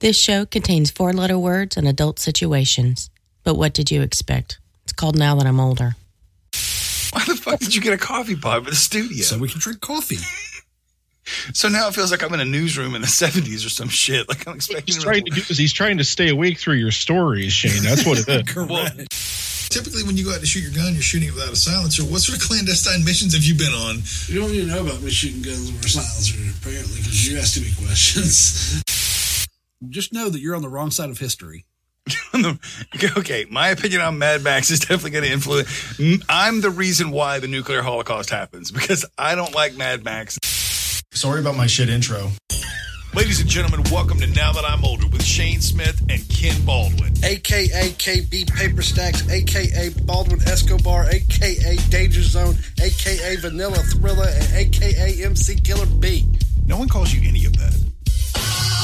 This show contains four letter words and adult situations. But what did you expect? It's called Now That I'm Older. Why the fuck did you get a coffee pot for the studio? so So, we can drink coffee. now it feels like I'm in a newsroom in the 70s or some shit. Like I'm expecting. He's trying to do is he's trying to stay awake through your stories, Shane. That's what it is. Correct. Typically, when you go out to shoot your gun, you're shooting it without a silencer. What sort of clandestine missions have you been on? You don't need to know about me shooting guns over a silencer, apparently, because you asked me questions. Just know that you're on the wrong side of history. okay, my opinion on Mad Max is definitely going to influence. Mm, I'm the reason why the nuclear holocaust happens because I don't like Mad Max. Sorry about my shit intro. Ladies and gentlemen, welcome to Now That I'm Older with Shane Smith and Ken Baldwin. AKA KB Paper Stacks, AKA Baldwin Escobar, AKA Danger Zone, AKA Vanilla Thriller, and AKA MC Killer B. No one calls you any of that.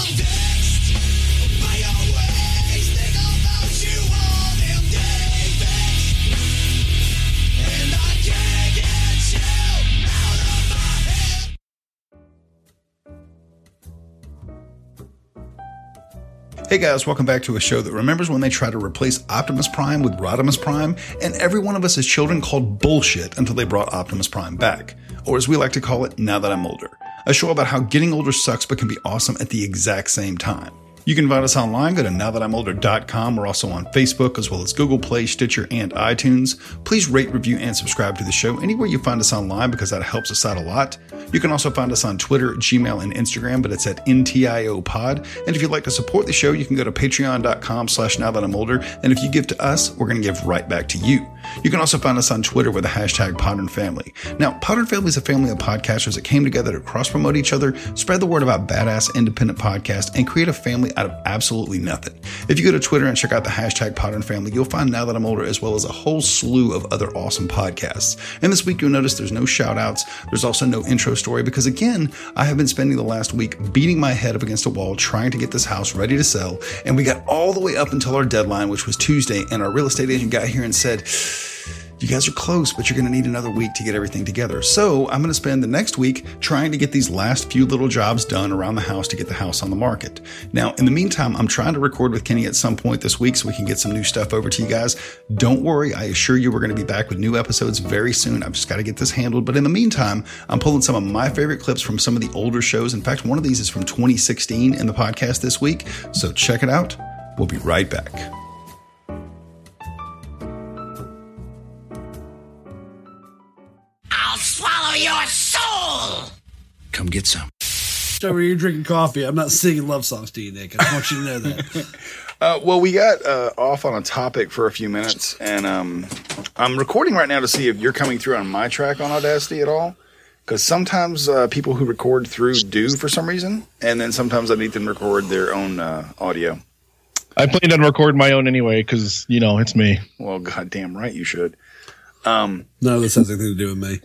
Hey guys, welcome back to a show that remembers when they tried to replace Optimus Prime with Rodimus Prime, and every one of us as children called bullshit until they brought Optimus Prime back, or as we like to call it, Now That I'm Older, a show about how getting older sucks but can be awesome at the exact same time. You can find us online, go to nowthatimolder.com. We're also on Facebook, as well as Google Play, Stitcher, and iTunes. Please rate, review, and subscribe to the show anywhere you find us online because that helps us out a lot. You can also find us on Twitter, Gmail, and Instagram, but it's at NTIO Pod. And if you'd like to support the show, you can go to patreon.com slash now that I'm older. And if you give to us, we're going to give right back to you. You can also find us on Twitter with the hashtag Podern Family. Now, Podern Family is a family of podcasters that came together to cross promote each other, spread the word about badass independent podcasts, and create a family out of absolutely nothing. If you go to Twitter and check out the hashtag Podern Family, you'll find Now That I'm Older as well as a whole slew of other awesome podcasts. And this week, you'll notice there's no shout outs, there's also no intro story because, again, I have been spending the last week beating my head up against a wall trying to get this house ready to sell. And we got all the way up until our deadline, which was Tuesday, and our real estate agent got here and said, you guys are close, but you're going to need another week to get everything together. So I'm going to spend the next week trying to get these last few little jobs done around the house to get the house on the market. Now, in the meantime, I'm trying to record with Kenny at some point this week so we can get some new stuff over to you guys. Don't worry, I assure you we're going to be back with new episodes very soon. I've just got to get this handled. But in the meantime, I'm pulling some of my favorite clips from some of the older shows. In fact, one of these is from 2016 in the podcast this week. So check it out. We'll be right back. Come get some. Over here drinking coffee. I'm not singing love songs to you, Nick. I want you to know that. Uh, well, we got uh, off on a topic for a few minutes, and um, I'm recording right now to see if you're coming through on my track on Audacity at all. Because sometimes uh, people who record through do for some reason, and then sometimes I need them to record their own uh, audio. I planned on recording my own anyway because you know it's me. Well, goddamn right, you should. None of this has anything to do with me.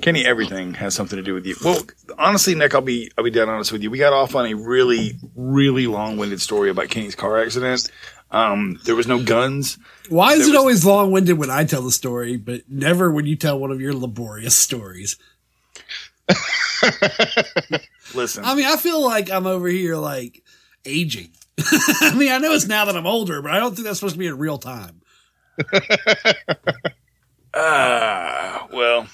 Kenny, everything has something to do with you. Well, honestly, Nick, I'll be I'll be dead honest with you. We got off on a really really long winded story about Kenny's car accident. Um, there was no guns. Why is There it was- always long winded when I tell the story, but never when you tell one of your laborious stories? Listen, I mean, I feel like I'm over here like aging. I mean, I know it's now that I'm older, but I don't think that's supposed to be in real time. Ah, well,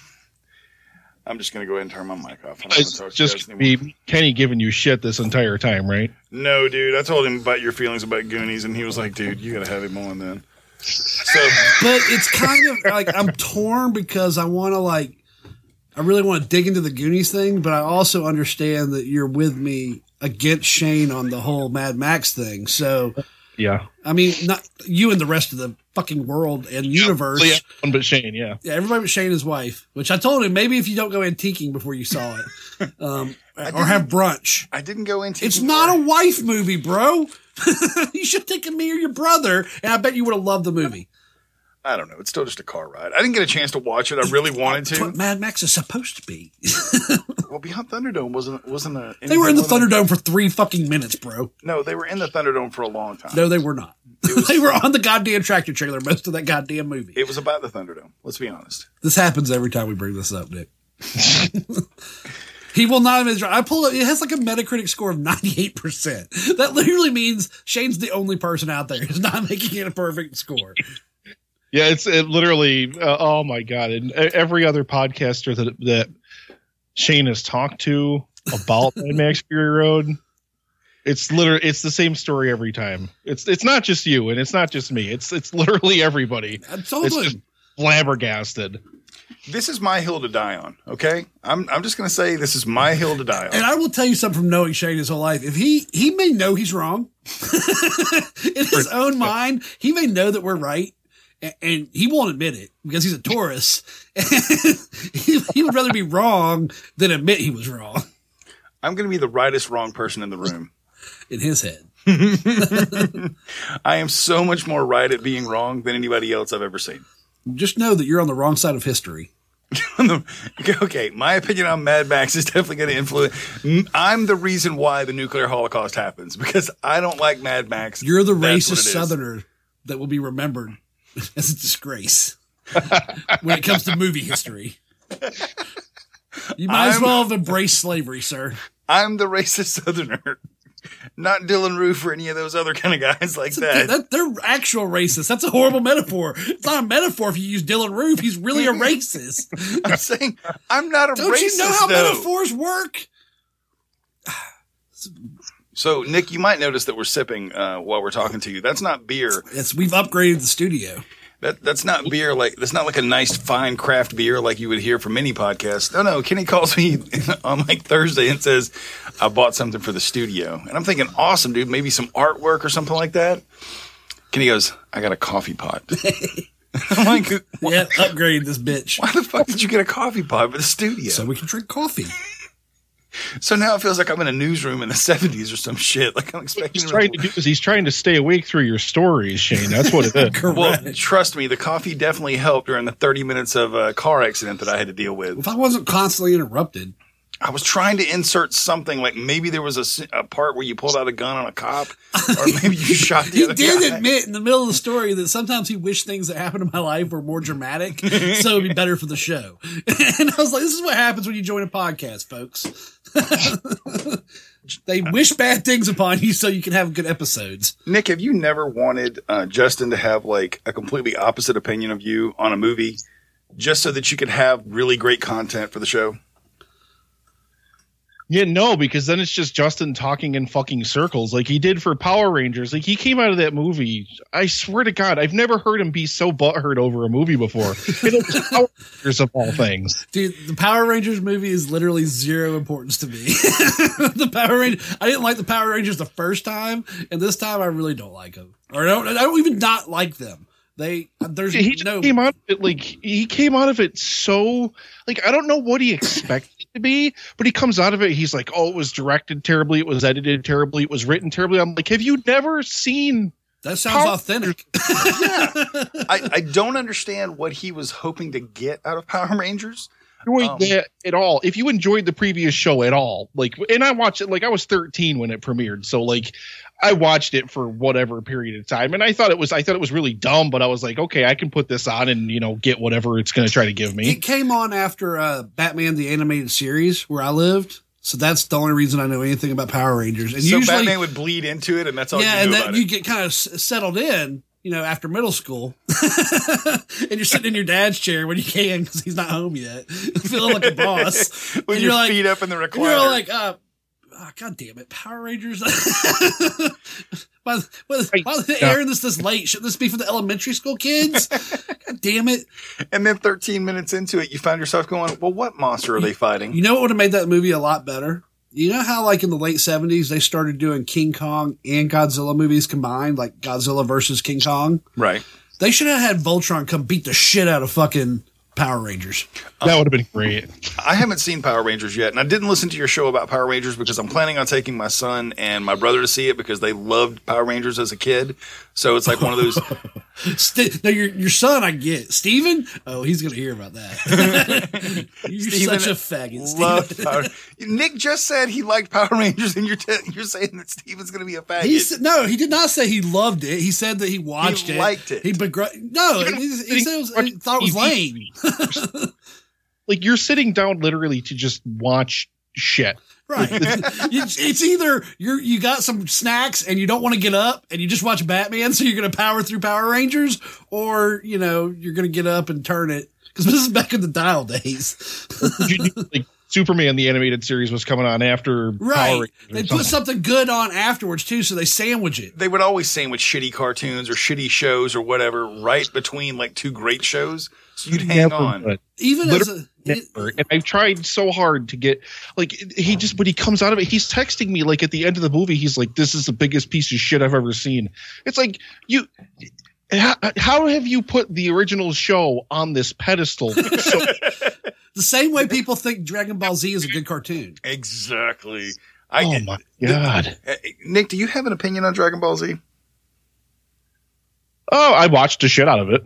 I'm just gonna go ahead and turn my mic off. I don't wanna It's talk to you guys just anymore. be Kenny giving you shit this entire time, right? no, dude. I told him about your feelings about Goonies, and he was like, "Dude, you gotta have him on then." So But it's kind of like I'm torn because I want to like, I really want to dig into the Goonies thing, but I also understand that you're with me against Shane on the whole Mad Max thing. So, Yeah. I mean, not you and the rest of the fucking world and universe. So, yeah, one but Shane, yeah. Yeah, everybody but Shane and his wife, which I told him maybe if you don't go antiquing before you saw it, um, or have brunch. I didn't go into. It's not a wife movie, bro. you should have taken me or your brother, and I bet you would have loved the movie. I don't know. It's still just a car ride. I didn't get a chance to watch it. I really wanted That's what to. Mad Max is supposed to be. Well, Beyond Thunderdome wasn't wasn't a. They were in the Thunderdome for three fucking minutes, bro. No, they were in the Thunderdome for a long time. No, they were not. they were on the goddamn tractor trailer most of that goddamn movie. It was about the Thunderdome. Let's be honest. this happens every time we bring this up, Nick. He will not have been. dri- I pulled up. It has like a Metacritic score of ninety eight percent. That literally means Shane's the only person out there who's not making it a perfect score. Yeah, it's it literally. Uh, oh my god! And e- every other podcaster that that Shane has talked to about Mad Max Fury Road, it's literally it's the same story every time. It's it's not just you, and it's not just me. It's it's literally everybody. I told It's just him. flabbergasted. This is my hill to die on. Okay, I'm I'm just gonna say this is my hill to die on. And I will tell you something from knowing Shane his whole life. If he he may know he's wrong in his own mind, he may know that we're right, and, and he won't admit it because he's a Taurus. he, he would rather be wrong than admit he was wrong I'm gonna be the rightest wrong person in the room. in his head. I am so much more right at being wrong than anybody else I've ever seen. Just know that you're on the wrong side of history. okay, my opinion on Mad Max is definitely going to influence. I'm the reason why the nuclear holocaust happens because I don't like Mad Max. You're the That's what it racist is. Southerner that will be remembered as a disgrace when it comes to movie history. You might as I'm- well have embraced slavery, sir. I'm the racist Southerner, not Dylan Roof or any of those other kind of guys like that. Dude, that, they're actual racists. That's a horrible metaphor. It's not a metaphor if you use Dylan Roof. He's really a racist. I'm saying I'm not a Don't racist. you know how though. metaphors work? So Nick, you might notice that we're sipping uh, while we're talking to you. That's not beer. Yes, we've upgraded the studio. That that's not beer. Like that's not like a nice fine craft beer like you would hear from any podcast. No, no. Kenny calls me on like Thursday and says, "I bought something for the studio," and I'm thinking, "Awesome, dude. Maybe some artwork or something like that." Kenny goes, "I got a coffee pot." I'm like, "Why Yeah, upgraded this bitch. the fuck did you get a coffee pot for the studio?" So So, we can drink coffee. now it feels like I'm in a newsroom in the '70s or some shit. Like I'm expecting. He's trying to do is he's trying to stay awake through your stories, Shane. That's what it is. Well, Correct. trust me, the coffee definitely helped during the 30 minutes of uh, car accident that I had to deal with. if I wasn't constantly interrupted, I was trying to insert something like maybe there was a s- a, part where you pulled out a gun on a cop, or maybe you shot the he other did guy. admit in the middle of the story that sometimes he wished things that happened in my life were more dramatic, so it'd be better for the show. And I was like, "This is what happens when you join a podcast, folks. they wish bad things upon you so you can have good episodes." Nick, have you never wanted uh, Justin to have like a completely opposite opinion of you on a movie, just so that you could have really great content for the show? Yeah, no, because then it's just Justin talking in fucking circles like he did for Power Rangers. Like he came out of that movie. I swear to God, I've never heard him be so butthurt over a movie before. It was Power Rangers of all things. Dude, the Power Rangers movie is literally zero importance to me. the Power Rangers, I didn't like the Power Rangers the first time, and this time I really don't like them, or I don't, I don't even not like them. They there's He just no came out of it like he came out of it so like I don't know what he expected it to be, but he comes out of it. He's like, oh, it was directed terribly, it was edited terribly, it was written terribly. I'm like, have you never seen? that sounds Power- authentic. I, I don't understand what he was hoping to get out of Power Rangers. enjoyed Um, that at all, if you enjoyed the previous show at all, like, and I watched it, like, I was 13 when it premiered. So, like, I watched it for whatever period of time. And I thought it was, I thought it was really dumb, but I was like, okay, I can put this on and, you know, get whatever it's going to try to give me. It came on after uh, Batman the animated series where I lived, so that's the only reason I know anything about Power Rangers. And so usually, Batman would bleed into it, and that's all yeah, you and knew that about you it. get kind of s- settled in, you know, after middle school, and you're sitting in your dad's chair when you can because he's not home yet, feeling like a boss. With and your you're like- feet up in the recliner. And you're all like, uh, oh, God damn it, Power Rangers. Why, why, why are they airing this this late? Should this be for the elementary school kids? God damn it. And then 13 minutes into it, you find yourself going, well, what monster are they fighting? You know what would have made that movie a lot better? You know how, like, in the late 70s, they started doing King Kong and Godzilla movies combined, like Godzilla versus King Kong? Right. They should have had Voltron come beat the shit out of fucking Power Rangers. that would have been great. I haven't seen Power Rangers yet, and I didn't listen to your show about Power Rangers because I'm planning on taking my son and my brother to see it because they loved Power Rangers as a kid. So it's like one of those. St- now, your, your son, I get. Steven? Oh, he's going to hear about that. You're Steven such a faggot, Steven. loved Power. Nick just said he liked Power Rangers, and you're te- you're saying that Steven's going to be a faggot. He said, no, he did not say he loved it. He said that he watched it. liked it. He begr- No, he, he said it was, he thought it was lame. like, you're sitting down literally to just watch shit. Right. it's, it's either you're you got some snacks and you don't want to get up and you just watch Batman, so you're going to power through Power Rangers, or you know you're going to get up and turn it because this is back in the dial days. You- you- like, Superman the animated series was coming on after Power Right. Rangers or They something. put something good on afterwards too, so they sandwich it. They would always sandwich shitty cartoons or shitty shows or whatever right between like two great shows. So you'd hang Never on. would. Even Literally as a it- Never. And er, I've tried so hard to get like he just when he comes out of it, he's texting me like at the end of the movie, he's like, "This is the biggest piece of shit I've ever seen." It's like you. How, how have you put the original show on this pedestal? So the same way people think Dragon Ball Z is a good cartoon. Exactly. I oh my god! Uh, Nick, do you have an opinion on Dragon Ball Z? Oh, I watched the shit out of it.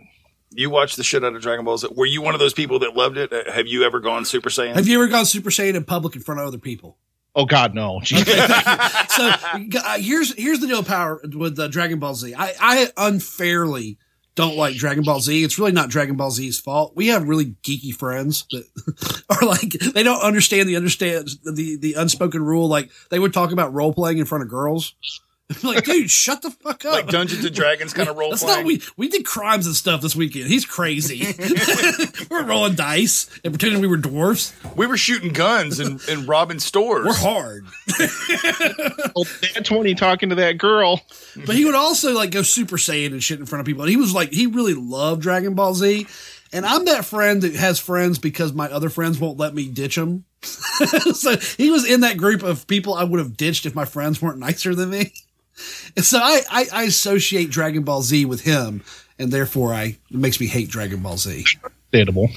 You watched the shit out of Dragon Ball Z. Were you one of those people that loved it? Uh, Have you ever gone Super Saiyan? Have you ever gone Super Saiyan in public in front of other people? Oh god, no! Jesus. so uh, here's here's the deal with power with uh, Dragon Ball Z. I, I unfairly don't like Dragon Ball Z. It's really not Dragon Ball Z's fault. We have really geeky friends that are like they don't understand the understand the the unspoken rule. Like they would talk about role playing in front of girls. like, dude, shut the fuck up. like Dungeons and Dragons kind of role That's playing? not we we did crimes and stuff this weekend. He's crazy. we're rolling dice and pretending we were dwarfs. we were shooting guns and, and robbing stores. We're hard. Old Dad Twenty talking to that girl. But he would also like go Super Saiyan and shit in front of people. And he was like, he really loved Dragon Ball Z. And I'm that friend that has friends because my other friends won't let me ditch them. so he was in that group of people I would have ditched if my friends weren't nicer than me. And so I, I, I associate Dragon Ball Z with him, and therefore I it makes me hate Dragon Ball Z. Understandable.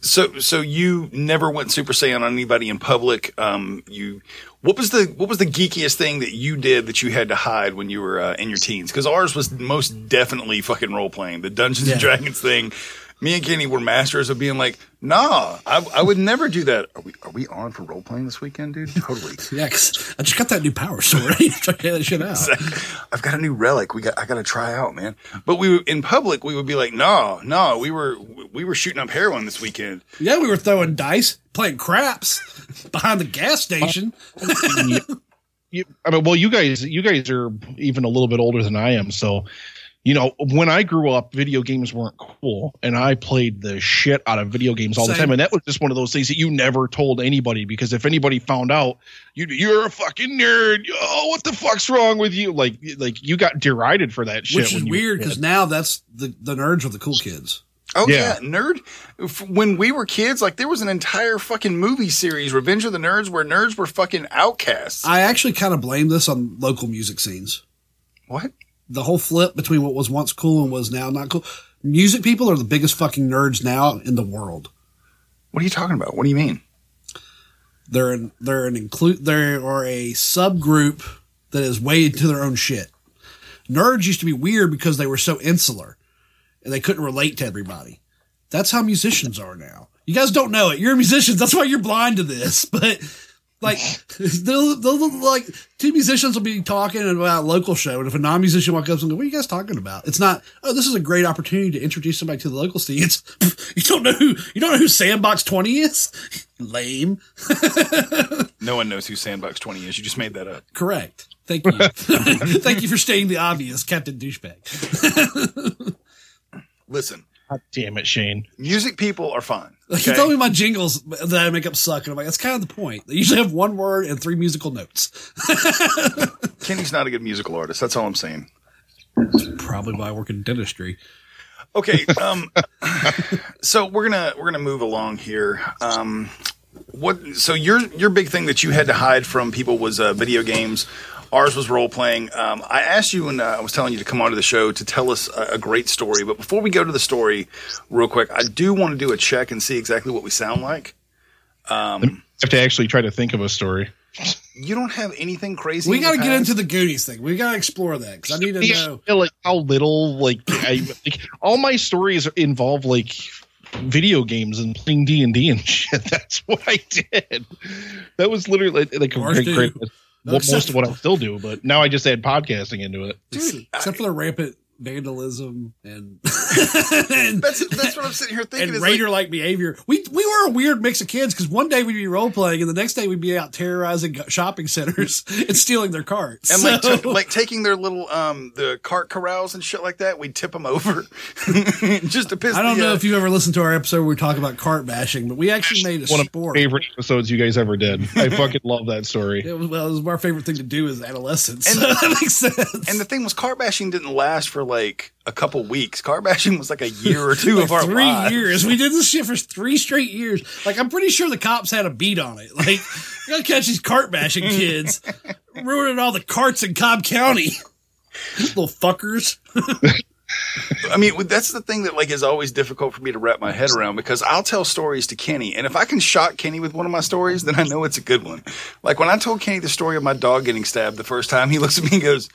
So, so you never went Super Saiyan on anybody in public. Um, you, what was the what was the geekiest thing that you did that you had to hide when you were uh, in your teens? Because ours was most definitely fucking role playing. The Dungeons and Yeah. Dragons thing. Me and Kenny were masters of being like, nah, I, I would never do that. Are we are we on for role playing this weekend, dude? Totally. Yeah, 'cause I just got that new power sword. I need to try to get that shit out. I've got a new relic. We got I got to try out, man. But we would- in public we would be like, no, no, we were we were shooting up heroin this weekend. Yeah, we were throwing dice, playing craps behind the gas station. you, I mean, well, you guys, you guys are even a little bit older than I am, so you know, when I grew up, video games weren't cool, and I played the shit out of video games all the Same. time, and that was just one of those things that you never told anybody because if anybody found out, you you're a fucking nerd. Oh, what the fuck's wrong with you? Like, like you got derided for that shit, which is when you were weird a because kid. now that's the the nerds are the cool kids. Oh yeah, Yeah. nerd. F- When we were kids, like there was an entire fucking movie series, Revenge of the Nerds, where nerds were fucking outcasts. I actually kind of blame this on local music scenes. what? The whole flip between what was once cool and was now not cool. Music people are the biggest fucking nerds now in the world. What are you talking about? What do you mean? They're an, they're an include they are a subgroup that is way into their own shit. Nerds used to be weird because they were so insular and they couldn't relate to everybody. That's how musicians are now. You guys don't know it. You're musicians. That's why you're blind to this. But like they'll, they'll look like two musicians will be talking about a local show, and if a non-musician walks up and goes, "What are you guys talking about?" It's not, "Oh, this is a great opportunity to introduce somebody to the local scene." It's you don't know who you don't know who Sandbox Twenty is. Lame. No one knows who Sandbox Twenty is. You just made that up. Correct. Thank you. Thank you for stating the obvious, Captain Douchebag. Listen, God damn it, Shane. music people are fine. Like okay? you told me my jingles that I make up suck, and I'm like, that's kind of the point. They usually have one word and three musical notes. Kenny's not a good musical artist. That's all I'm saying. Probably why I work in dentistry. Okay, um, so we're gonna we're gonna move along here. Um, what? So your your big thing that you had to hide from people was uh, video games. Ours was role playing. Um, I asked you when uh, I was telling you to come onto the show to tell us a, a great story. But before we go to the story, real quick, I do want to do a check and see exactly what we sound like. I have to actually try to think of a story. You don't have anything crazy. We in got to the get past? into the Goonies thing. We got to explore that because I need to Yeah, know. like how little like I like all my stories involve like video games and playing D and D and shit. That's what I did. That was literally like, like a Ours great, do. great what, Except- most of what I still do, but now I just add podcasting into it. Dude, Except for the rampant vandalism and, and That's that's what I'm sitting here thinking. and is raider like behavior. We we were a weird mix of kids because one day we'd be role playing and the next day we'd be out terrorizing go- shopping centers and stealing their carts. and so, like, t- like taking their little um the cart corrals and shit like that, we tip them over just to piss. I don't the, know uh, if you ever listened to our episode where we talk about cart bashing, but we actually made a One of my sport. favorite episodes you guys ever did. I fucking love that story. It was, well, it was our favorite thing to do as adolescents. And- that makes sense. And the thing was, car bashing didn't last for like a couple weeks. Car bashing was like a year or two of our three lives. years. We did this shit for three straight years. Like I'm pretty sure the cops had a beat on it. Like you gotta catch these cart bashing kids, ruining all the carts in Cobb County. Little fuckers. I mean, that's the thing that like is always difficult for me to wrap my head around because I'll tell stories to Kenny, and if I can shock Kenny with one of my stories, then I know it's a good one. Like when I told Kenny the story of my dog getting stabbed the first time, he looks at me and goes,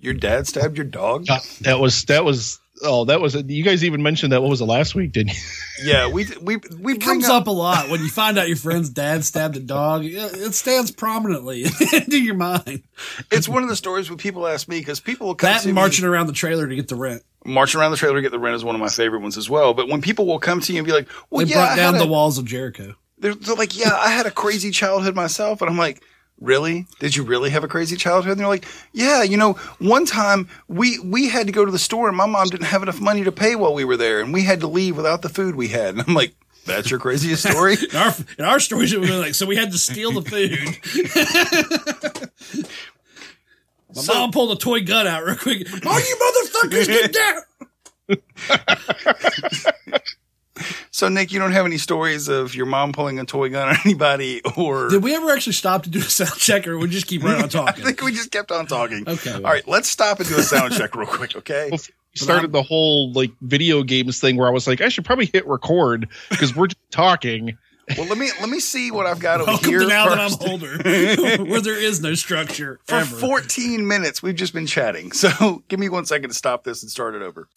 "Your dad stabbed your dog?" God, Uh, that was that was oh that was you guys even mentioned that what was it last week didn't you? Yeah, we we we It bring comes up, up a lot when you find out your friend's dad stabbed a dog. It it stands prominently in your mind. It's one of the stories when people ask me because people will come That to me- and marching around the trailer to get the rent. marching around the trailer to get the rent is one of my favorite ones as well. But when people will come to you and be like, They "Well, yeah, I brought down had the a- walls of Jericho. they're, they're like, yeah, I had a crazy childhood myself. And I'm like, really? Did you really have a crazy childhood? And they're like, yeah, you know, one time we, we had to go to the store and my mom didn't have enough money to pay while we were there. And we had to leave without the food we had. And I'm like, that's your craziest story. In our in our stories, it would be like so we had to steal the food. My mom pulled a toy gun out real quick. Oh, you motherfuckers, get down! so Nick, you don't have any stories of your mom pulling a toy gun on anybody or Did we ever actually stop to do a sound check, or we just keep right on I talking? think we just kept on talking. Okay, well. All right, let's stop and do a sound check real quick, okay? started the whole like video games thing where I was like I should probably hit record because we're just talking. Well, let me let me see what I've got over Welcome here. to now first. that I'm older, where there is no structure for ever. 14 minutes we've just been chatting so give me one second to stop this and start it over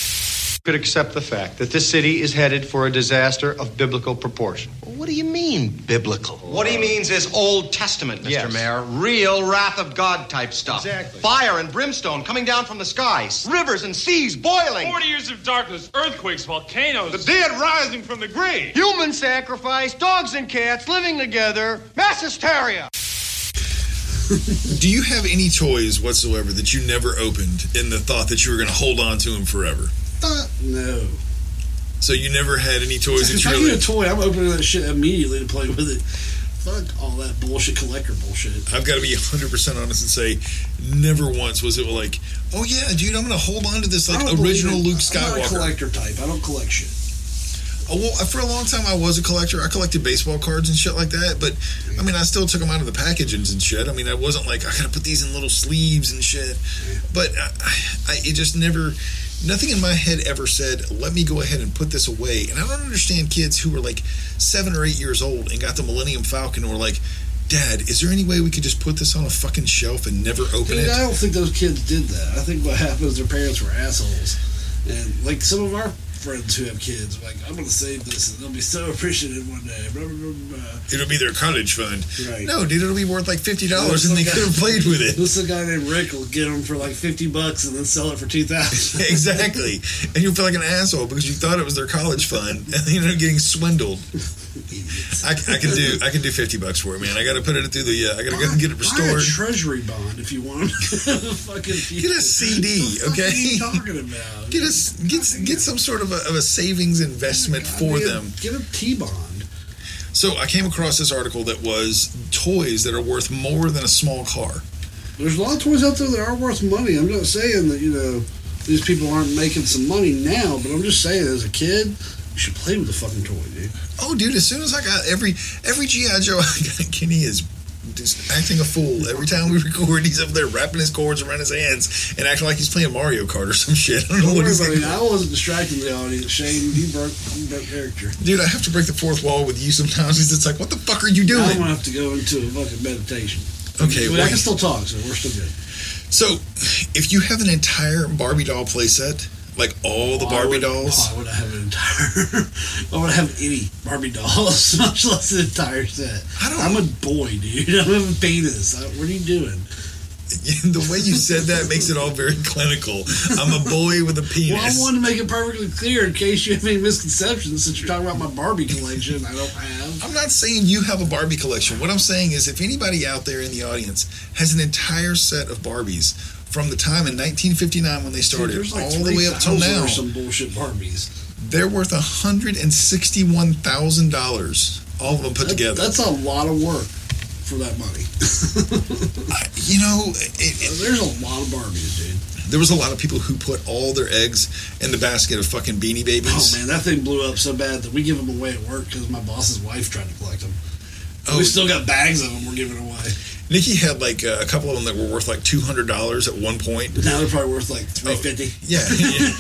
could accept the fact that this city is headed for a disaster of biblical proportion. What do you mean, biblical? What he means is Old Testament, Mr. Mayor. Real wrath of God type stuff. Exactly. Fire and brimstone coming down from the skies. Rivers and seas boiling. 40 years of darkness, earthquakes, volcanoes, The dead rising from the grave. Human sacrifice, dogs and cats living together, mass hysteria. do you have any toys whatsoever that you never opened in the thought that you were going to hold on to them forever Uh, no, so you never had any toys if that I you get really a toy, I'm opening that shit immediately to play with it. Fuck all that bullshit collector bullshit. i've got to be 100% honest and say never once was it like oh yeah dude i'm going to hold on to this I like don't believe original in- luke I'm not a skywalker collector type. I don't collect shit. oh, well, for a long time i was a collector i collected baseball cards and shit like that but i mean i still took them out of the packages and shit i mean i wasn't like i gotta put these in little sleeves and shit but I, I, it just never nothing in my head ever said let me go ahead and put this away and i don't understand kids who were like seven or eight years old and got the millennium falcon and were like dad is there any way we could just put this on a fucking shelf and never open Dude, it I don't think those kids did that. I think what happened is their parents were assholes. And like some of our friends who have kids, like, I'm going to save this and they'll be so appreciative one day. uh, Blah, blah, blah, blah. it'll be their cottage fund Right. no dude it'll be worth like $50 This and little they could have guy- played with it This little guy named Rick will get them for like 50 bucks and then sell it for 2000 exactly. And you feel like an asshole because you thought it was their college fund, and then you end up getting swindled. I, I can do I can do fifty bucks for it, man. I got to put it through the. Uh, I got to go and get it Buy a restored. treasury bond if you want. Fucking Get a CD, What the fuck okay? are you talking about? Get us get get some sort of a, of a savings investment for Get a- them. Get a T bond. So I came across this article that was toys that are worth more than a small car. There's a lot of toys out there that are worth money. I'm not saying that, you know, these people aren't making some money now, but I'm just saying as a kid, you should play with a fucking toy, dude. Oh, dude! As soon as I got every every GI Joe I got, Kenny is just acting a fool every time we record. He's up there wrapping his cords around his hands and acting like he's playing Mario Kart or some shit. I don't know Don't worry what he's about it. thinking. I wasn't distracting the audience. Shane, you broke, you broke character. Dude, I have to break the fourth wall with you sometimes because it's like, what the fuck are you Now I'm doing? gonna have to go into a fucking meditation. Okay, But I can wait. still talk, so we're still good. So, if you have an entire Barbie doll playset, like all the I Barbie would- dolls, Oh, I would have an entire. I would have any Barbie dolls, much less an entire set. I don't- I'm a boy, dude. I'm a penis. I, what are you doing? the way you said that makes it all very clinical. I'm a boy with a penis. Well, I wanted to make it perfectly clear in case you have any misconceptions since you're talking about my Barbie collection. I don't have. I'm not saying you have a Barbie collection. What I'm saying is, if anybody out there in the audience has an entire set of Barbies from the time in 1959 when they started, There's like all the way up till 3,000 now, or some bullshit Barbies. they're worth $161,000. All of them put That- together. That's a lot of work for that money. you know, it, There's a lot of Barbies, dude. there was a lot of people who put all their eggs in the basket of fucking Beanie Babies. Oh man, that thing blew up so bad that we give them away at work because my boss's wife tried to collect them. Oh. we still got bags of them we're giving away. Nikki had like uh, a couple of them that were worth like two hundred dollars at one point. Now they're probably worth like three Oh, fifty. Yeah, yeah.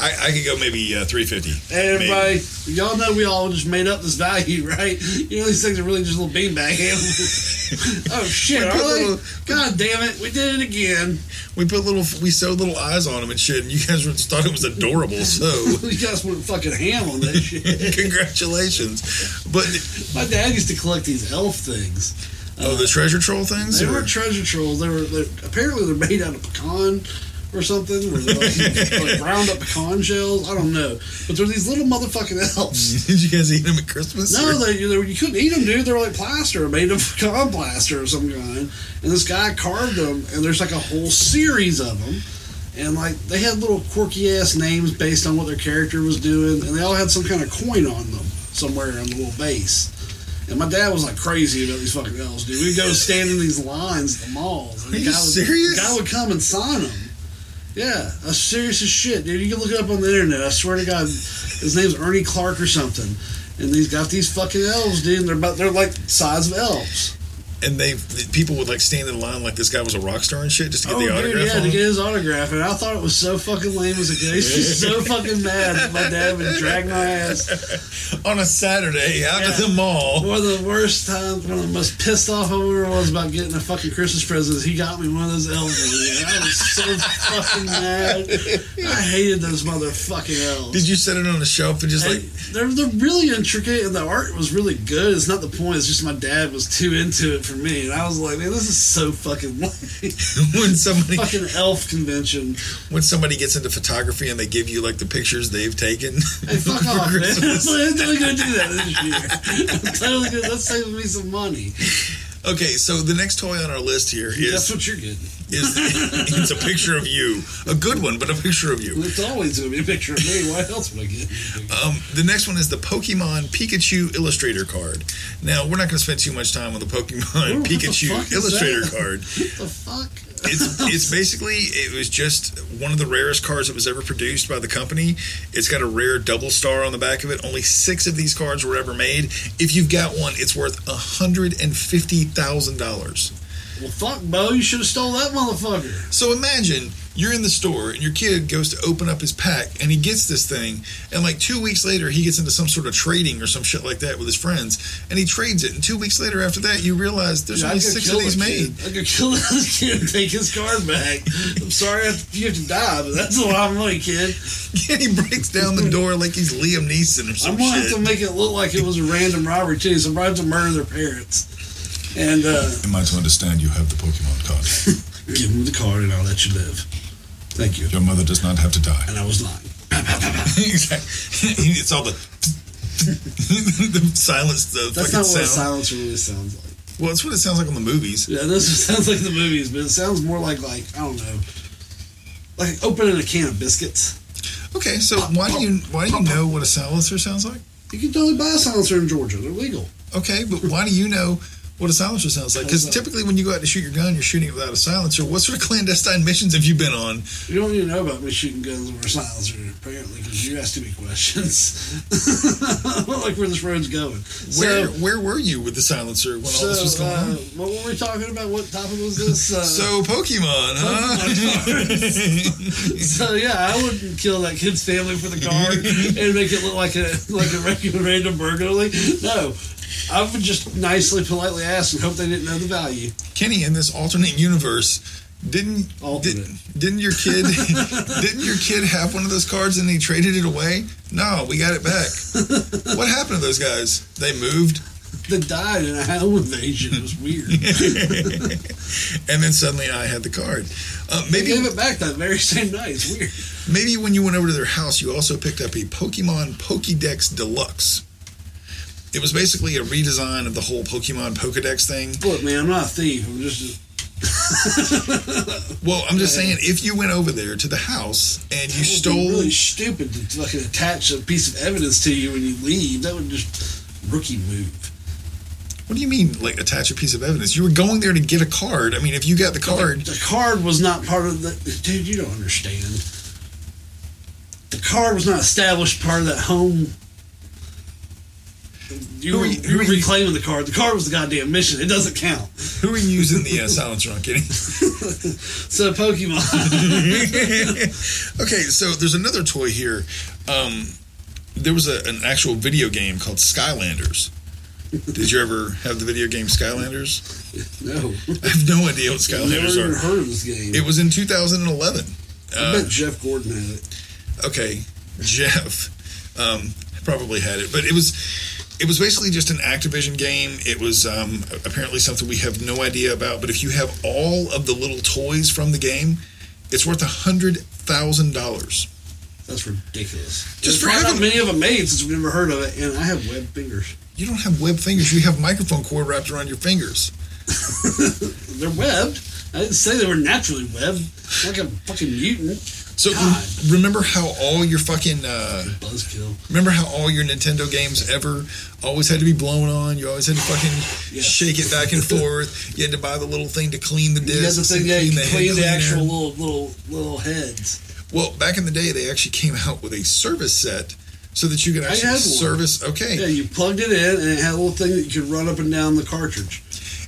I, I could go maybe uh, three fifty. Hey, everybody, y'all know we all just made up this value, right? You know these things are really just little beanbag animals. oh shit! We put Really? little- God damn it! We did it again. We put little, we sewed little eyes on them and shit, and you guys were, thought it was adorable. So You guys went fucking ham on that shit. congratulations. But My dad used to collect these elf things. oh, the treasure troll things. They or- were treasure trolls. They were they, apparently they're made out of pecan or something, or they're like, like ground up pecan shells. I don't know, but they're these little motherfucking elves. Did you guys eat them at Christmas? No, or- they, they were- you couldn't eat them, dude. They were like plaster, made of pecan plaster of some kind. And this guy carved them, and there's like a whole series of them. And like they had little quirky ass names based on what their character was doing, and they all had some kind of coin on them somewhere on the little base. And my dad was like crazy about these fucking elves, dude. We'd go stand in these lines at the malls. And Are the you guy would, serious? The guy would come and sign them. Yeah, I was serious as shit, dude. You can look it up on the internet. I swear to God, his name's Ernie Clark or something. And he's got these fucking elves, dude. And they're about they're like size of elves. and they the people would like stand in line like this guy was a rock star and shit just to get oh, the dude, autograph. yeah, on to him. get his autograph. And I thought it was so fucking lame as a kid. I used to be so fucking mad that my dad would drag my ass. on a Saturday out at Yeah. the mall. One of the worst times, one of the most pissed off I ever was about getting a fucking Christmas present. is He got me one of those elves. one year. I was so fucking mad. I hated those motherfucking elves. Did you set it on the shelf and just Hey, like they're, they're really intricate and the art was really good. It's not the point. It's just my dad was too into it for me. And I was like, man, this is so fucking lame. when somebody fucking elf convention. when somebody gets into photography and they give you like the pictures they've taken. Hey, fuck off, man. I'm Christmas. totally going to do that this year. I'm totally gonna, that's saving me some money. Okay, so the next toy on our list here That's is what you're getting. is it's a picture of you, a good one, but a picture of you. It's always going to be a picture of me. What else would I get? Um, the next one is the Pokemon Pikachu Illustrator card. Now we're not going to spend too much time on the Pokemon What the fuck Pikachu is Illustrator that? card. What the fuck? it's it's basically it was just one of the rarest cards that was ever produced by the company. It's got a rare double star on the back of it. Only six of these cards were ever made. If you've got one, it's worth hundred and fifty thousand dollars. Well, fuck, Bo. You should have stole that motherfucker. So imagine you're in the store and your kid goes to open up his pack and he gets this thing and like two weeks later he gets into some sort of trading or some shit like that with his friends and he trades it and two weeks later after that you realize there's Dude, only could six kill of these that made. kid. I could kill this kid and take his card back. I'm sorry if you have to die, but that's a lot of money, kid. and he breaks down the door like he's Liam Neeson or I'm some going to shit. have to make it look like it was a random robbery, too. So I'm going to have to murder their parents. And uh, Am I to understand you have the Pokemon card? give them the card and I'll let you live. Thank you. Your mother does not have to die. And I was lying. exactly. It's all the the silence, the That's fucking not what a sound. silencer really sounds like. well, it's what it sounds like on the movies. Yeah, this sounds like the movies, but it sounds more like, like I don't know, like opening a can of biscuits. Okay, so why do you why do you know what a silencer sounds like? You can totally buy a silencer in Georgia. They're legal. Okay, but why do you know what a silencer sounds like? Because typically, when you go out to shoot your gun, you're shooting it without a silencer. What sort of clandestine missions have you been on? You don't even know about me shooting guns over a silencer, apparently, because you asked too many questions. I don't like where this road's going. Where So, where were you with the silencer when all this was so going uh, on? what were we talking about? What topic was this? Uh, So Pokemon, huh? so yeah, I wouldn't kill that kid's family for the card and make it look like a like a regular random burglary. No, I would just nicely, politely ask and hope they didn't know the value. Kenny, in this alternate universe, didn't Alternate. Did, didn't your kid didn't your kid have one of those cards and he traded it away? No, we got it back. what happened to those guys? They moved. that died in a hell invasion. It was weird. and then suddenly I had the card. Uh, maybe they gave it back that very same night. It's weird. Maybe when you went over to their house, you also picked up a Pokemon Pokédex Deluxe. It was basically a redesign of the whole Pokemon Pokédex thing. Look, man, I'm not a thief. I'm just. Well, I'm just saying, if you went over there to the house and you It would be stole, Really stupid to fucking attach a piece of evidence to you when you leave. That would just rookie move. what do you mean, like attach a piece of evidence? You were going there to get a card. I mean, if you got the card, The card was not part of the. Dude, you don't understand. The card was not established part of that home. You were, you were reclaiming the card. The card was the goddamn mission. It doesn't count. Who are you using the uh, silence rock kidding? so Pokemon. okay, so there's another toy here. Um, there was a, an actual video game called Skylanders. Did you ever have the video game Skylanders? No. I have no idea what Skylanders Never even are. heard of this game. It uh, was in 2011. I bet Jeff Gordon had it. Okay, Jeff um, probably had it, but it was it was basically just an Activision game. It was um, apparently something we have no idea about. But if you have all of the little toys from the game, it's worth a hundred thousand dollars. That's ridiculous. Just Just for for how having- many of them made since we've never heard of it, and I have web fingers. You don't have web fingers. You have microphone cord wrapped around your fingers. They're webbed. I didn't say they were naturally webbed. Like a fucking mutant. So remember how all your fucking uh, buzzkill. Remember how all your Nintendo games ever always had to be blown on. You always had to fucking shake it back and forth. You had to buy the little thing to clean the You got discs. the thing, and yeah, you head clean the cleaner. actual little little little heads. Well, back in the day, they actually came out with a service set so that you could I actually had one. service. Okay, Yeah, you plugged it in, and it had a little thing that you could run up and down the cartridge.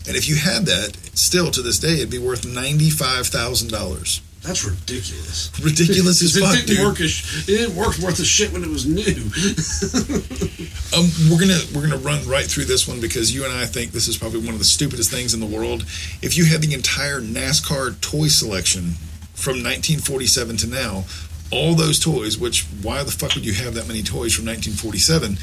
and if you had that, still to this day, it'd be worth ninety five thousand dollars. That's ridiculous. Ridiculous as it fuck, didn't dude. Work a sh- it didn't work worth a shit when it was new. Um, we're gonna we're gonna run right through this one because you and I think this is probably one of the stupidest things in the world. If you had the entire NASCAR toy selection from 1947 to now, all those toys, which why the fuck would you have that many toys from 1947?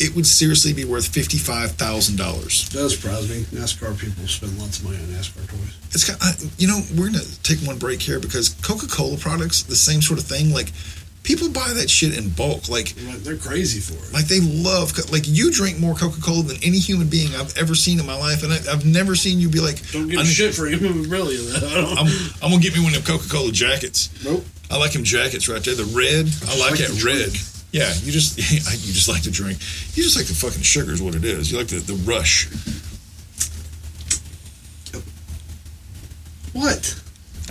It would seriously be worth fifty five thousand dollars. That surprised me. NASCAR people spend lots of money on NASCAR toys. It's kind uh, you know we're gonna take one break here because Coca Cola products the same sort of thing like. People buy that shit in bulk. Like they're crazy for it. Like they love. co- Like you drink more Coca Cola than any human being I've ever seen in my life, and I, I've never seen you be like, Don't give a "I'm- shit for him, really. Though. I don't- I'm, I'm gonna get me one of them Coca Cola jackets. Nope. I like them jackets right there. The red. I like, like to that red. Yeah, you just you just like to drink. You just like the fucking sugar is what it is. You like the, the rush. What?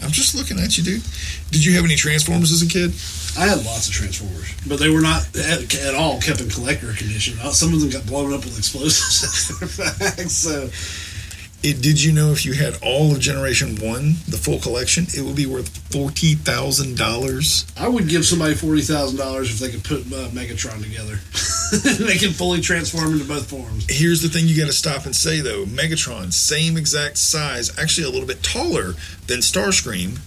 I'm just looking at you, dude. Did you have any Transformers as a kid? I had lots of Transformers, but they were not at, at all kept in collector condition. Uh, Some of them got blown up with explosives after the fact. So It, did you know if you had all of Generation One, the full collection, it would be worth forty thousand dollars? I would give somebody forty thousand dollars if they could put uh, Megatron together. they can fully transform into both forms. Here's the thing you got to stop and say though Megatron, same exact size, actually a little bit taller than Starscream,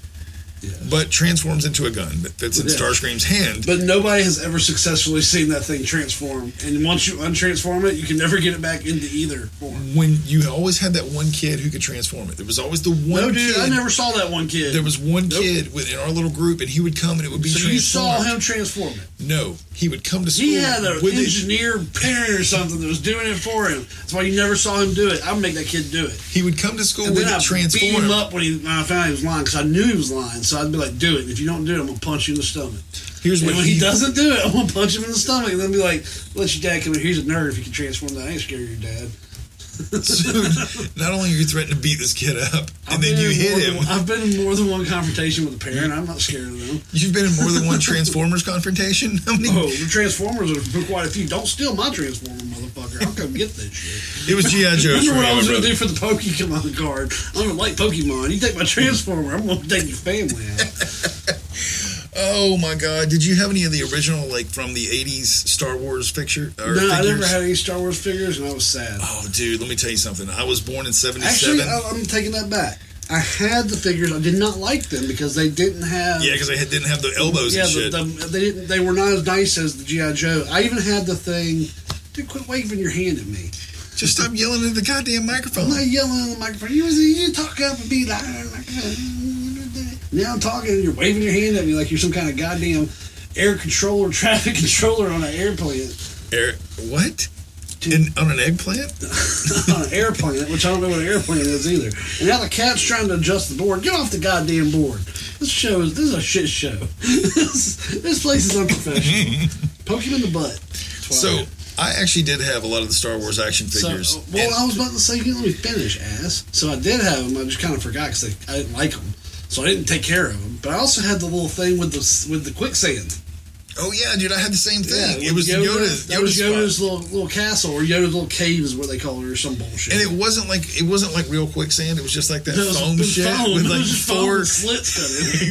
but transforms into a gun that fits in Yeah. Starscream's hand. But nobody has ever successfully seen that thing transform. And once you untransform it, you can never get it back into either form. When you always had that one kid who could transform it, there was always the one no, dude, kid. I never saw that one kid. there was one kid within our little group, and he would come and it would be so you saw transformed. him transform it. No, he would come to school. He had an with it. engineer parent or something that was doing it for him. That's why you never saw him do it. I'd make that kid do it. He would come to school and with then it I beat transformed. him up when, he, when I found he was lying because I knew he was lying. So I'd be like, "Do it. And if you don't do it, I'm gonna punch you in the stomach." Here's And what when he, he- doesn't do it, I'm gonna punch him in the stomach and then be like, "Let your dad come in. Here's a nerd. If you can transform that, I ain't scared of your dad." So, not only are you threatening to beat this kid up, and then I've been you in hit more him. than one- I've been in more than one confrontation with a parent. I'm not scared of them. You've been in more than one Transformers confrontation. How many? Oh, the Transformers are quite a few. Don't steal my Transformer, motherfucker. I'll come get this shit. It was G.I. Joe's Remember what I was going forever, to do for the Pokemon card? I don't like Pokemon. You take my Transformer, I'm going to take your family out. Oh my God! Did you have any of the original, like from the '80s Star Wars picture? Or no, I never figures? had any Star Wars figures, and I was sad. Oh, dude, let me tell you something. I was born in '77. Actually, uh, I, I'm taking that back. I had the figures. I did not like them because they didn't have. yeah, because I had, didn't have the elbows yeah, and the- shit. the- they didn't. They were not as nice as the GI Joe. I even had the thing. Dude, quit waving your hand at me. Just stop yelling into the goddamn microphone. I'm not yelling on the microphone. You, you talk up and be louder. on the microphone. Now I'm talking and you're waving your hand at me like you're some kind of goddamn air controller, traffic controller on an airplane. Air, what? In, on an eggplant? on an airplane, which I don't know what an airplane is either. And now the cat's trying to adjust the board. Get off the goddamn board. This show is this is a shit show. this, this place is unprofessional. Poke him in the butt. That's what I So did. I actually did have a lot of the Star Wars action figures. So, well, I was about to say, let me finish, ass. So I did have them. I just kind of forgot because I didn't like them, so I didn't take care of them. But I also had the little thing with the with the quicksand. Oh yeah, dude, I had the same thing. Yeah, it was Yoda- Yoda's, that was Yoda's spot. Yoda's little little castle or Yoda's little cave is what they call it or some bullshit. and it wasn't like it wasn't like real quicksand. It was just like that It was foam the shit foam. with It like was just foam four with slits cut in it.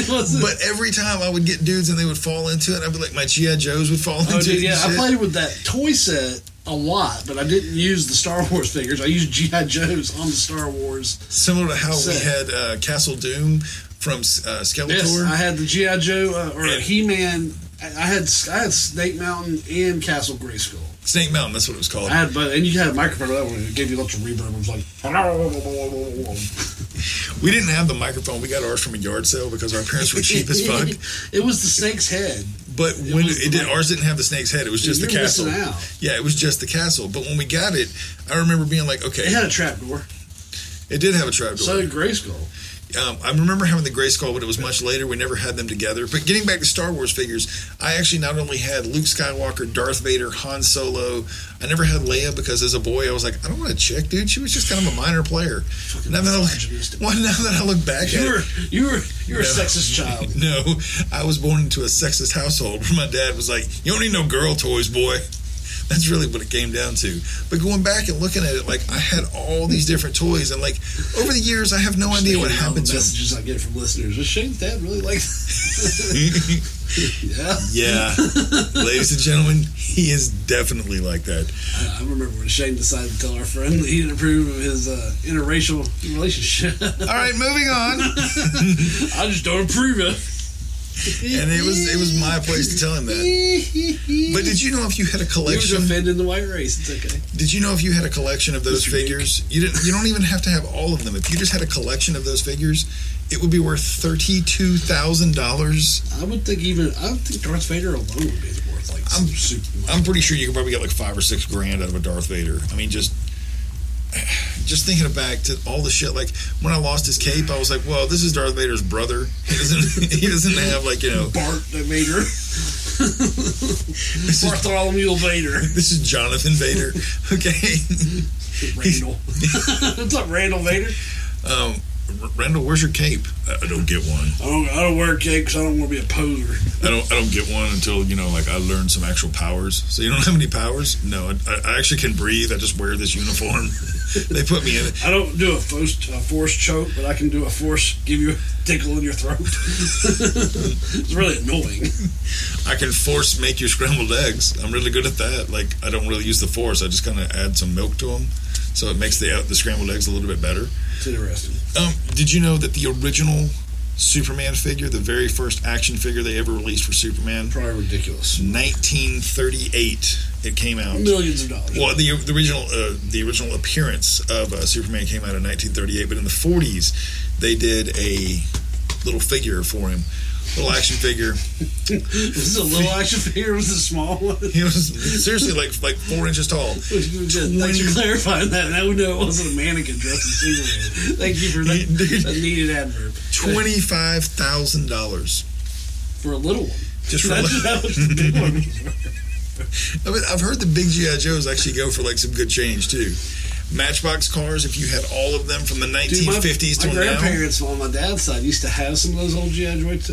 It wasn't- but every time I would get dudes and they would fall into it, I'd be like, my GI Joes would fall into Oh, dude, it. yeah, and I shit. played with that toy set a lot, but I didn't use the Star Wars figures. I used GI Joes on the Star Wars. Similar to how set. we had uh, Castle Doom from uh, Skeletor. Yes, I had the GI Joe uh, or He Man. I I had I had Snake Mountain and Castle Grayskull. Snake Mountain, that's what it was called. I had, but and you had a microphone for that one. It gave you lots of reverb. It was like. we didn't have the microphone. We got ours from a yard sale because our parents were cheap as fuck. it was the snake's head. But when was it, the did, mic- ours didn't have the snake's head. It was just the You're castle. missing out. Yeah, it was just the castle. But when we got it, I remember being like, okay, It had a trap door. it did have a trap door. So did Grayskull. Um, I remember having the Gray Skull, but it was much later. We never had them together. But getting back to Star Wars figures, I actually not only had Luke Skywalker, Darth Vader, Han Solo. I never had Leia because as a boy, I was like, I don't want a chick, dude. She was just kind of a minor player. Now that, I look, well, now that I look back You at were it, you were you were a No. sexist child. no, I was born into a sexist household where my dad was like, You don't need no girl toys, boy. That's really what it came down to. But going back and looking at it, like I had all these different toys, and like over the years, I have no idea what All the happened to them. messages I get from listeners. Is Shane's dad really like? yeah. Yeah, ladies and gentlemen, he is definitely like that. I, I remember when Shane decided to tell our friend that he didn't approve of his uh, interracial relationship. All right, moving on. I just don't approve of. And it was it was my place to tell him that. But did you know if you had He a was collection? offended the white race. It's okay. Did you know if you had a collection of those figures? You didn't. You don't even have to have all of them. If you just had a collection of those figures, it would be worth thirty-two thousand dollars. I would think even I would think Darth Vader alone would be worth like. some I'm- super I'm pretty sure you could probably get like five or six grand out of a Darth Vader. I mean, just just thinking back to all the shit. Like when I lost his cape, I was like, "Well, this is Darth Vader's brother. He doesn't. He doesn't have like you know." Bart the Vader. This is, Bartholomew Vader. this is Jonathan Vader. Okay. Randall. What's up, Randall Vader? Um, R- Randall, where's your cape? I, I don't get one. I don't, I don't wear cakes. I don't want to be a poser. I don't. I don't get one until you know, like I learn some actual powers. So you don't have any powers? No. I- I, I actually can breathe. I just wear this uniform. they put me in it. I don't do a force, a force choke, but I can do a force give you a tickle in your throat. it's really annoying. I can force make your scrambled eggs. I'm really good at that. Like I don't really use the force. I just kind of add some milk to them, so it makes the the scrambled eggs a little bit better. It's interesting. Um, did you know that the original Superman figure, the very first action figure they ever released for Superman, Probably ridiculous. 1938, it came out. Millions of dollars. Well, the, the original uh, the original appearance of uh, Superman came out in 1938, but in the 40s they did a little figure for him, little action figure. This is a little action figure. Was a small one. He was seriously like like four inches tall. Thanks for clarifying that. Now we know it wasn't a mannequin dressed as Superman. Thank you for that, that needed adverb Twenty five thousand dollars for a little one. just for. That's that was the big one. I mean, I've heard the big GI Joes actually go for like some good change too. Matchbox cars, if you had all of them from the Dude, my, my 1950s till now. grandparents on my dad's side used to have some of those old GI Joes,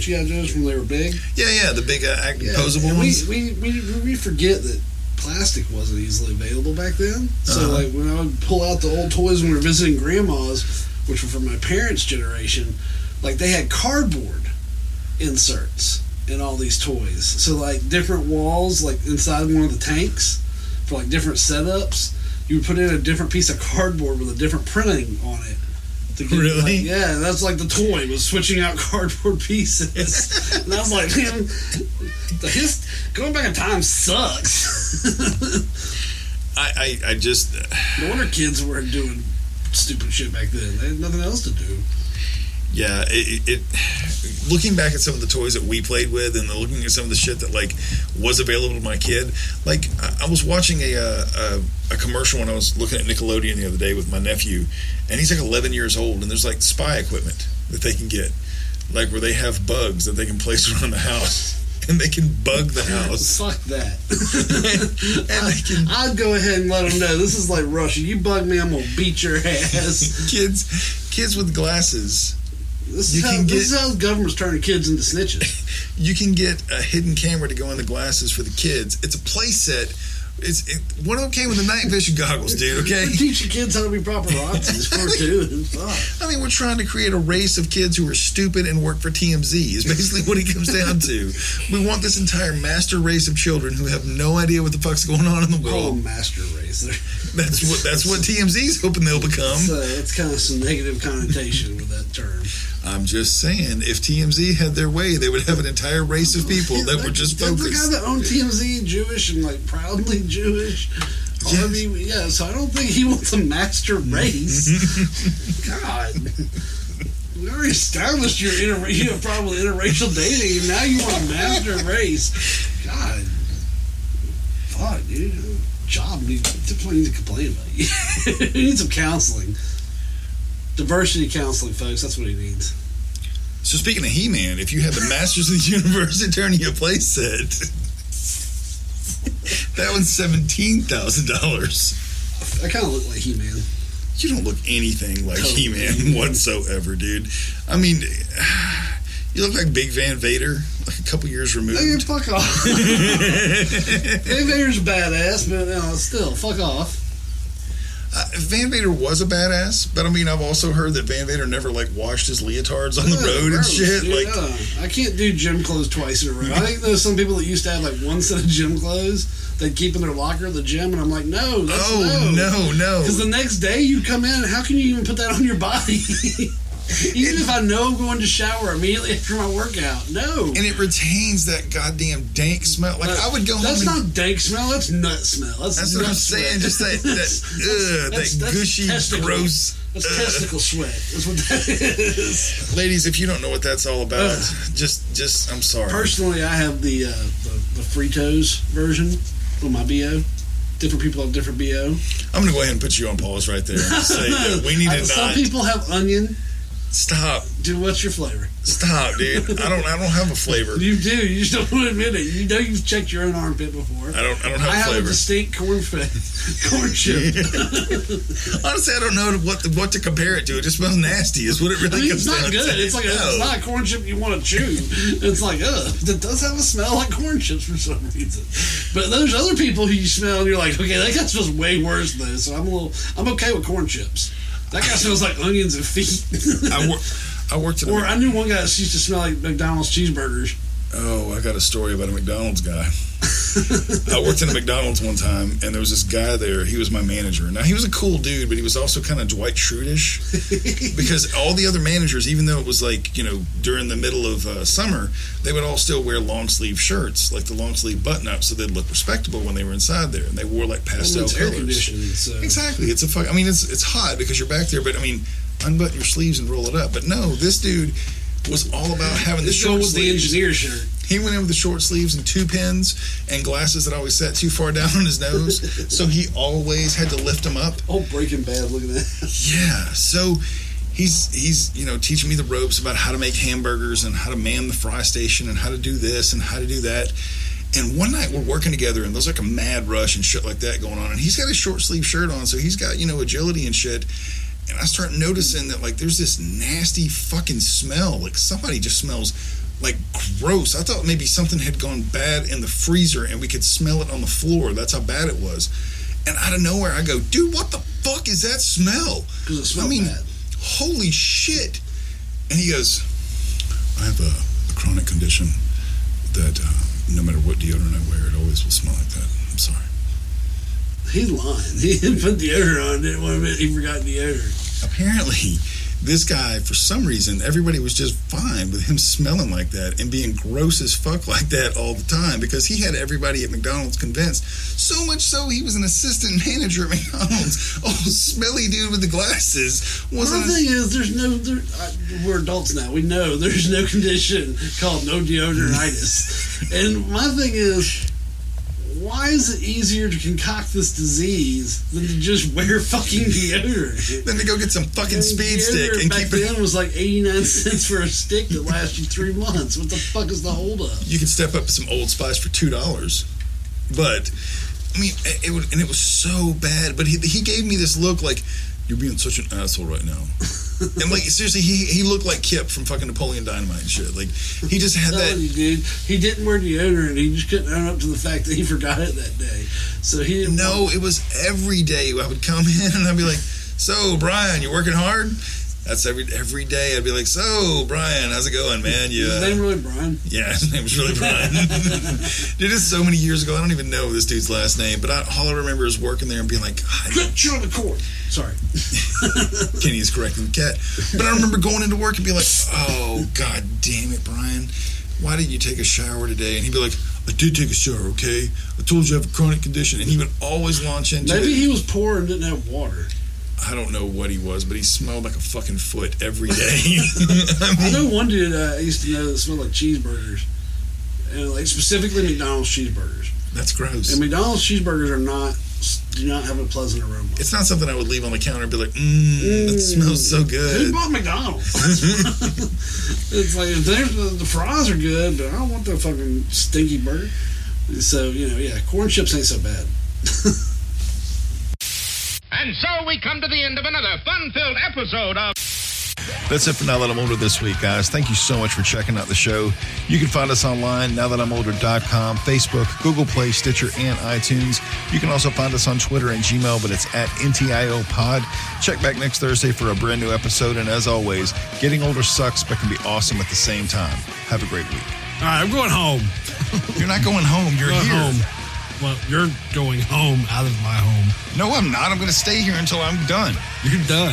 GI Joes from when they were big. Yeah, yeah, the big uh, act- Yeah, posable and we, ones. We, we, we forget that plastic wasn't easily available back then. So, Uh-huh. like, when I would pull out the old toys when we were visiting grandma's, which were from my parents' generation, like, they had cardboard inserts in all these toys. So, like, different walls, like, inside one of the tanks for, like, different setups, you would put in a different piece of cardboard with a different printing on it. to get, Really? like, yeah, that's like the toy was switching out cardboard pieces. and I was like, man, the his, going back in time sucks. I, I, I just. No wonder kids were doing stupid shit back then. They had nothing else to do. Yeah, it, it. it- Looking back at some of the toys that we played with, and looking at some of the shit that like was available to my kid, like I, I was watching a, uh, a a commercial when I was looking at Nickelodeon the other day with my nephew, and he's like 11 years old, and there's like spy equipment that they can get, like where they have bugs that they can place around the house, and they can bug the house. Fuck that. I, would go ahead and let them know this is like Russia. You bug me, I'm gonna beat your ass. kids, kids with glasses. This You is, how, can this get- is how the government's turning kids into snitches. you can get a hidden camera to go in the glasses for the kids. It's a play set. It's it, one of them came with the night vision goggles, dude. Okay, teach your kids how to be paparazzis for too. Fuck. I mean, we're trying to create a race of kids who are stupid and work for TMZ. Is basically what it comes down to. We want this entire master race of children who have no idea what the fuck's going on in the Call them world. master racer. That's what that's what TMZ's hoping they'll So become. it's kind of some negative connotation with that term. I'm just saying, if TMZ had their way, they would have an entire race of people that were just Did The guy focused. that owned TMZ, Jewish and like proudly Jewish. I mean, yeah, so I don't think he wants a master race. God. We already established your inter- you have a problem with interracial dating, and now you want a master race. God. Fuck, dude. Your Job needs definitely needs to complain about you. he needs some counseling. Diversity counseling, folks. That's what he needs. So speaking of He-Man, if you had the Masters of the Universe Attorney of Play set, that one's seventeen thousand dollars. I kind of look like He Man. You don't look anything like Oh, He-Man man. whatsoever, dude. I mean, you look like Big Van Vader, like a couple years Hey, removed. fuck off. Dave Vader's badass, but uh, still, fuck off. Uh, Van Vader was a badass, but I mean, I've also heard that Van Vader never like washed his leotards on the Yeah, road and gross, shit. dude, Like, yeah. I can't do gym clothes twice in a row. I think there's some people that used to have like one set of gym clothes they keep in their locker at the gym, and I'm like, no, that's oh no, no, Because the next day you come in, how can you even put that on your body? even if I know I'm going to shower immediately after my workout, no. and it retains that goddamn dank smell. Like, I would go home. That's and- not dank smell. That's nut smell. That's, That's what nut I'm sweat. saying. Just that that, ugh, That's- that that's gushy, testicle. gross. uh, That's ugh. testicle sweat. That's what that is. Ladies, if you don't know what that's all about, just just I'm sorry. Personally, I have the uh, the, the Fritos version on my bo. Different people have different bo. I'm gonna go ahead and put you on pause right there. And say that we need I- to Some not people have onion. stop, Dude, what's your flavor? stop, dude. I don't I don't have a flavor. You do. You just don't want to admit it. You know you've checked your own armpit before. I don't I don't I have a have a flavor. distinct corn fa- corn chip. Honestly, I don't know what what to compare it to. It just smells nasty. Is what it I really mean, comes it's down not good. to. It's like a, No. it's not a corn chip you want to chew. It's like ugh, that does have a smell like corn chips for some reason. But there's other people who you smell and you're like, okay, that guy smells way worse than this. So I'm a little, I'm okay with corn chips. That guy smells like onions and feet. I, wor- I worked at a or I knew one guy that used to smell like McDonald's cheeseburgers. Oh, I got a story about a McDonald's guy. I worked in a McDonald's one time, and there was this guy there. He was my manager. Now, he was a cool dude, but he was also kind of Dwight Schrute-ish because all the other managers, even though it was like, you know, during the middle of uh, summer, they would all still wear long sleeve shirts, like the long sleeve button up, so they'd look respectable when they were inside there. And they wore like And pastel it's air colors. conditioned. So. Exactly. It's a fuck. I mean, it's it's hot because you're back there, but I mean, unbutton your sleeves and roll it up. But no, this dude was all about having the Let's go short with the sleeves. engineer shirt. He went in with the short sleeves and two pins and glasses that always sat too far down on his nose, so he always had to lift them up. Oh, Breaking Bad! Look at that. Yeah, so he's he's you know teaching me the ropes about how to make hamburgers and how to man the fry station and how to do this and how to do that. And one night we're working together and there's like a mad rush and shit like that going on. And he's got his short sleeve shirt on, so he's got you know agility and shit. And I start noticing that like there's this nasty fucking smell. Like somebody just smells like gross. I thought maybe something had gone bad in the freezer and we could smell it on the floor. That's how bad it was. And out of nowhere, I go, dude, what the fuck is that smell? 'Cause it smelled I mean, bad. holy shit. And he goes, I have a, a chronic condition that uh, no matter what deodorant I wear, it always will smell like that. I'm sorry. He's lying. He didn't put the odor on. Didn't want to admit he forgot the odor. Apparently, this guy, for some reason, everybody was just fine with him smelling like that and being gross as fuck like that all the time because he had everybody at McDonald's convinced. So much so, he was an assistant manager at McDonald's. Oh, smelly dude with the glasses My wasn't. thing is, there's no. There, I, we're adults now. We know there's no condition called no deodoritis. and my thing is, why is it easier to concoct this disease than to just wear fucking deodorant? Than to go get some fucking speed stick and back keep it- then was like 89 cents for a stick that lasts you three months. What the fuck is the holdup? you could step up to some old spice for two dollars but i mean it, it would, and it was so bad but he, he gave me this look like you're being such an asshole right now and like seriously he, he looked like kip from fucking napoleon dynamite and shit like he just had that You, dude, he didn't wear deodorant. He just couldn't own up to the fact that he forgot it that day. So he didn't. No, it was every day. I would come in and I'd be like, "So, Brian, you working hard?" That's every every day. I'd be like, "So, Brian, how's it going, man?" You, His uh, name really Brian. Yeah, his name was really Brian. Dude, it's so many years ago. I don't even know this dude's last name, but I, all I remember is working there and being like, God, Get you on the court. Sorry. Kenny's correcting the cat. But I remember going into work and being like, oh, God damn it, Brian. Why did you take a shower today? And he'd be like, I did take a shower, okay? I told you I have a chronic condition. And he would always launch into Maybe it. he was poor and didn't have water. I don't know what he was, but he smelled like a fucking foot every day. I know one dude uh, I used to know that smelled like cheeseburgers, and like specifically McDonald's cheeseburgers. That's gross. And McDonald's cheeseburgers are not do not have a pleasant aroma. it's not something I would leave on the counter and be like, mmm, Mm. that smells so Who good. bought McDonald's? it's like if there's the, the fries are good, but I don't want the fucking stinky burger. So you know, yeah, corn chips ain't so bad. And so we come to the end of another fun-filled episode of. That's it for Now That I'm Older this week, guys. Thank you so much for checking out the show. You can find us online, nowthatimolder.com, Facebook, Google Play, Stitcher, and iTunes. You can also find us on Twitter and Gmail, but it's at NTIO Pod. Check back next Thursday for a brand new episode. And as always, getting older sucks, but can be awesome at the same time. Have a great week. All right, I'm going home. You're not going home. You're Going here. home. Well, you're going home out of my home. No, I'm not. I'm going to stay here until I'm done. You're done.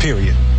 Period.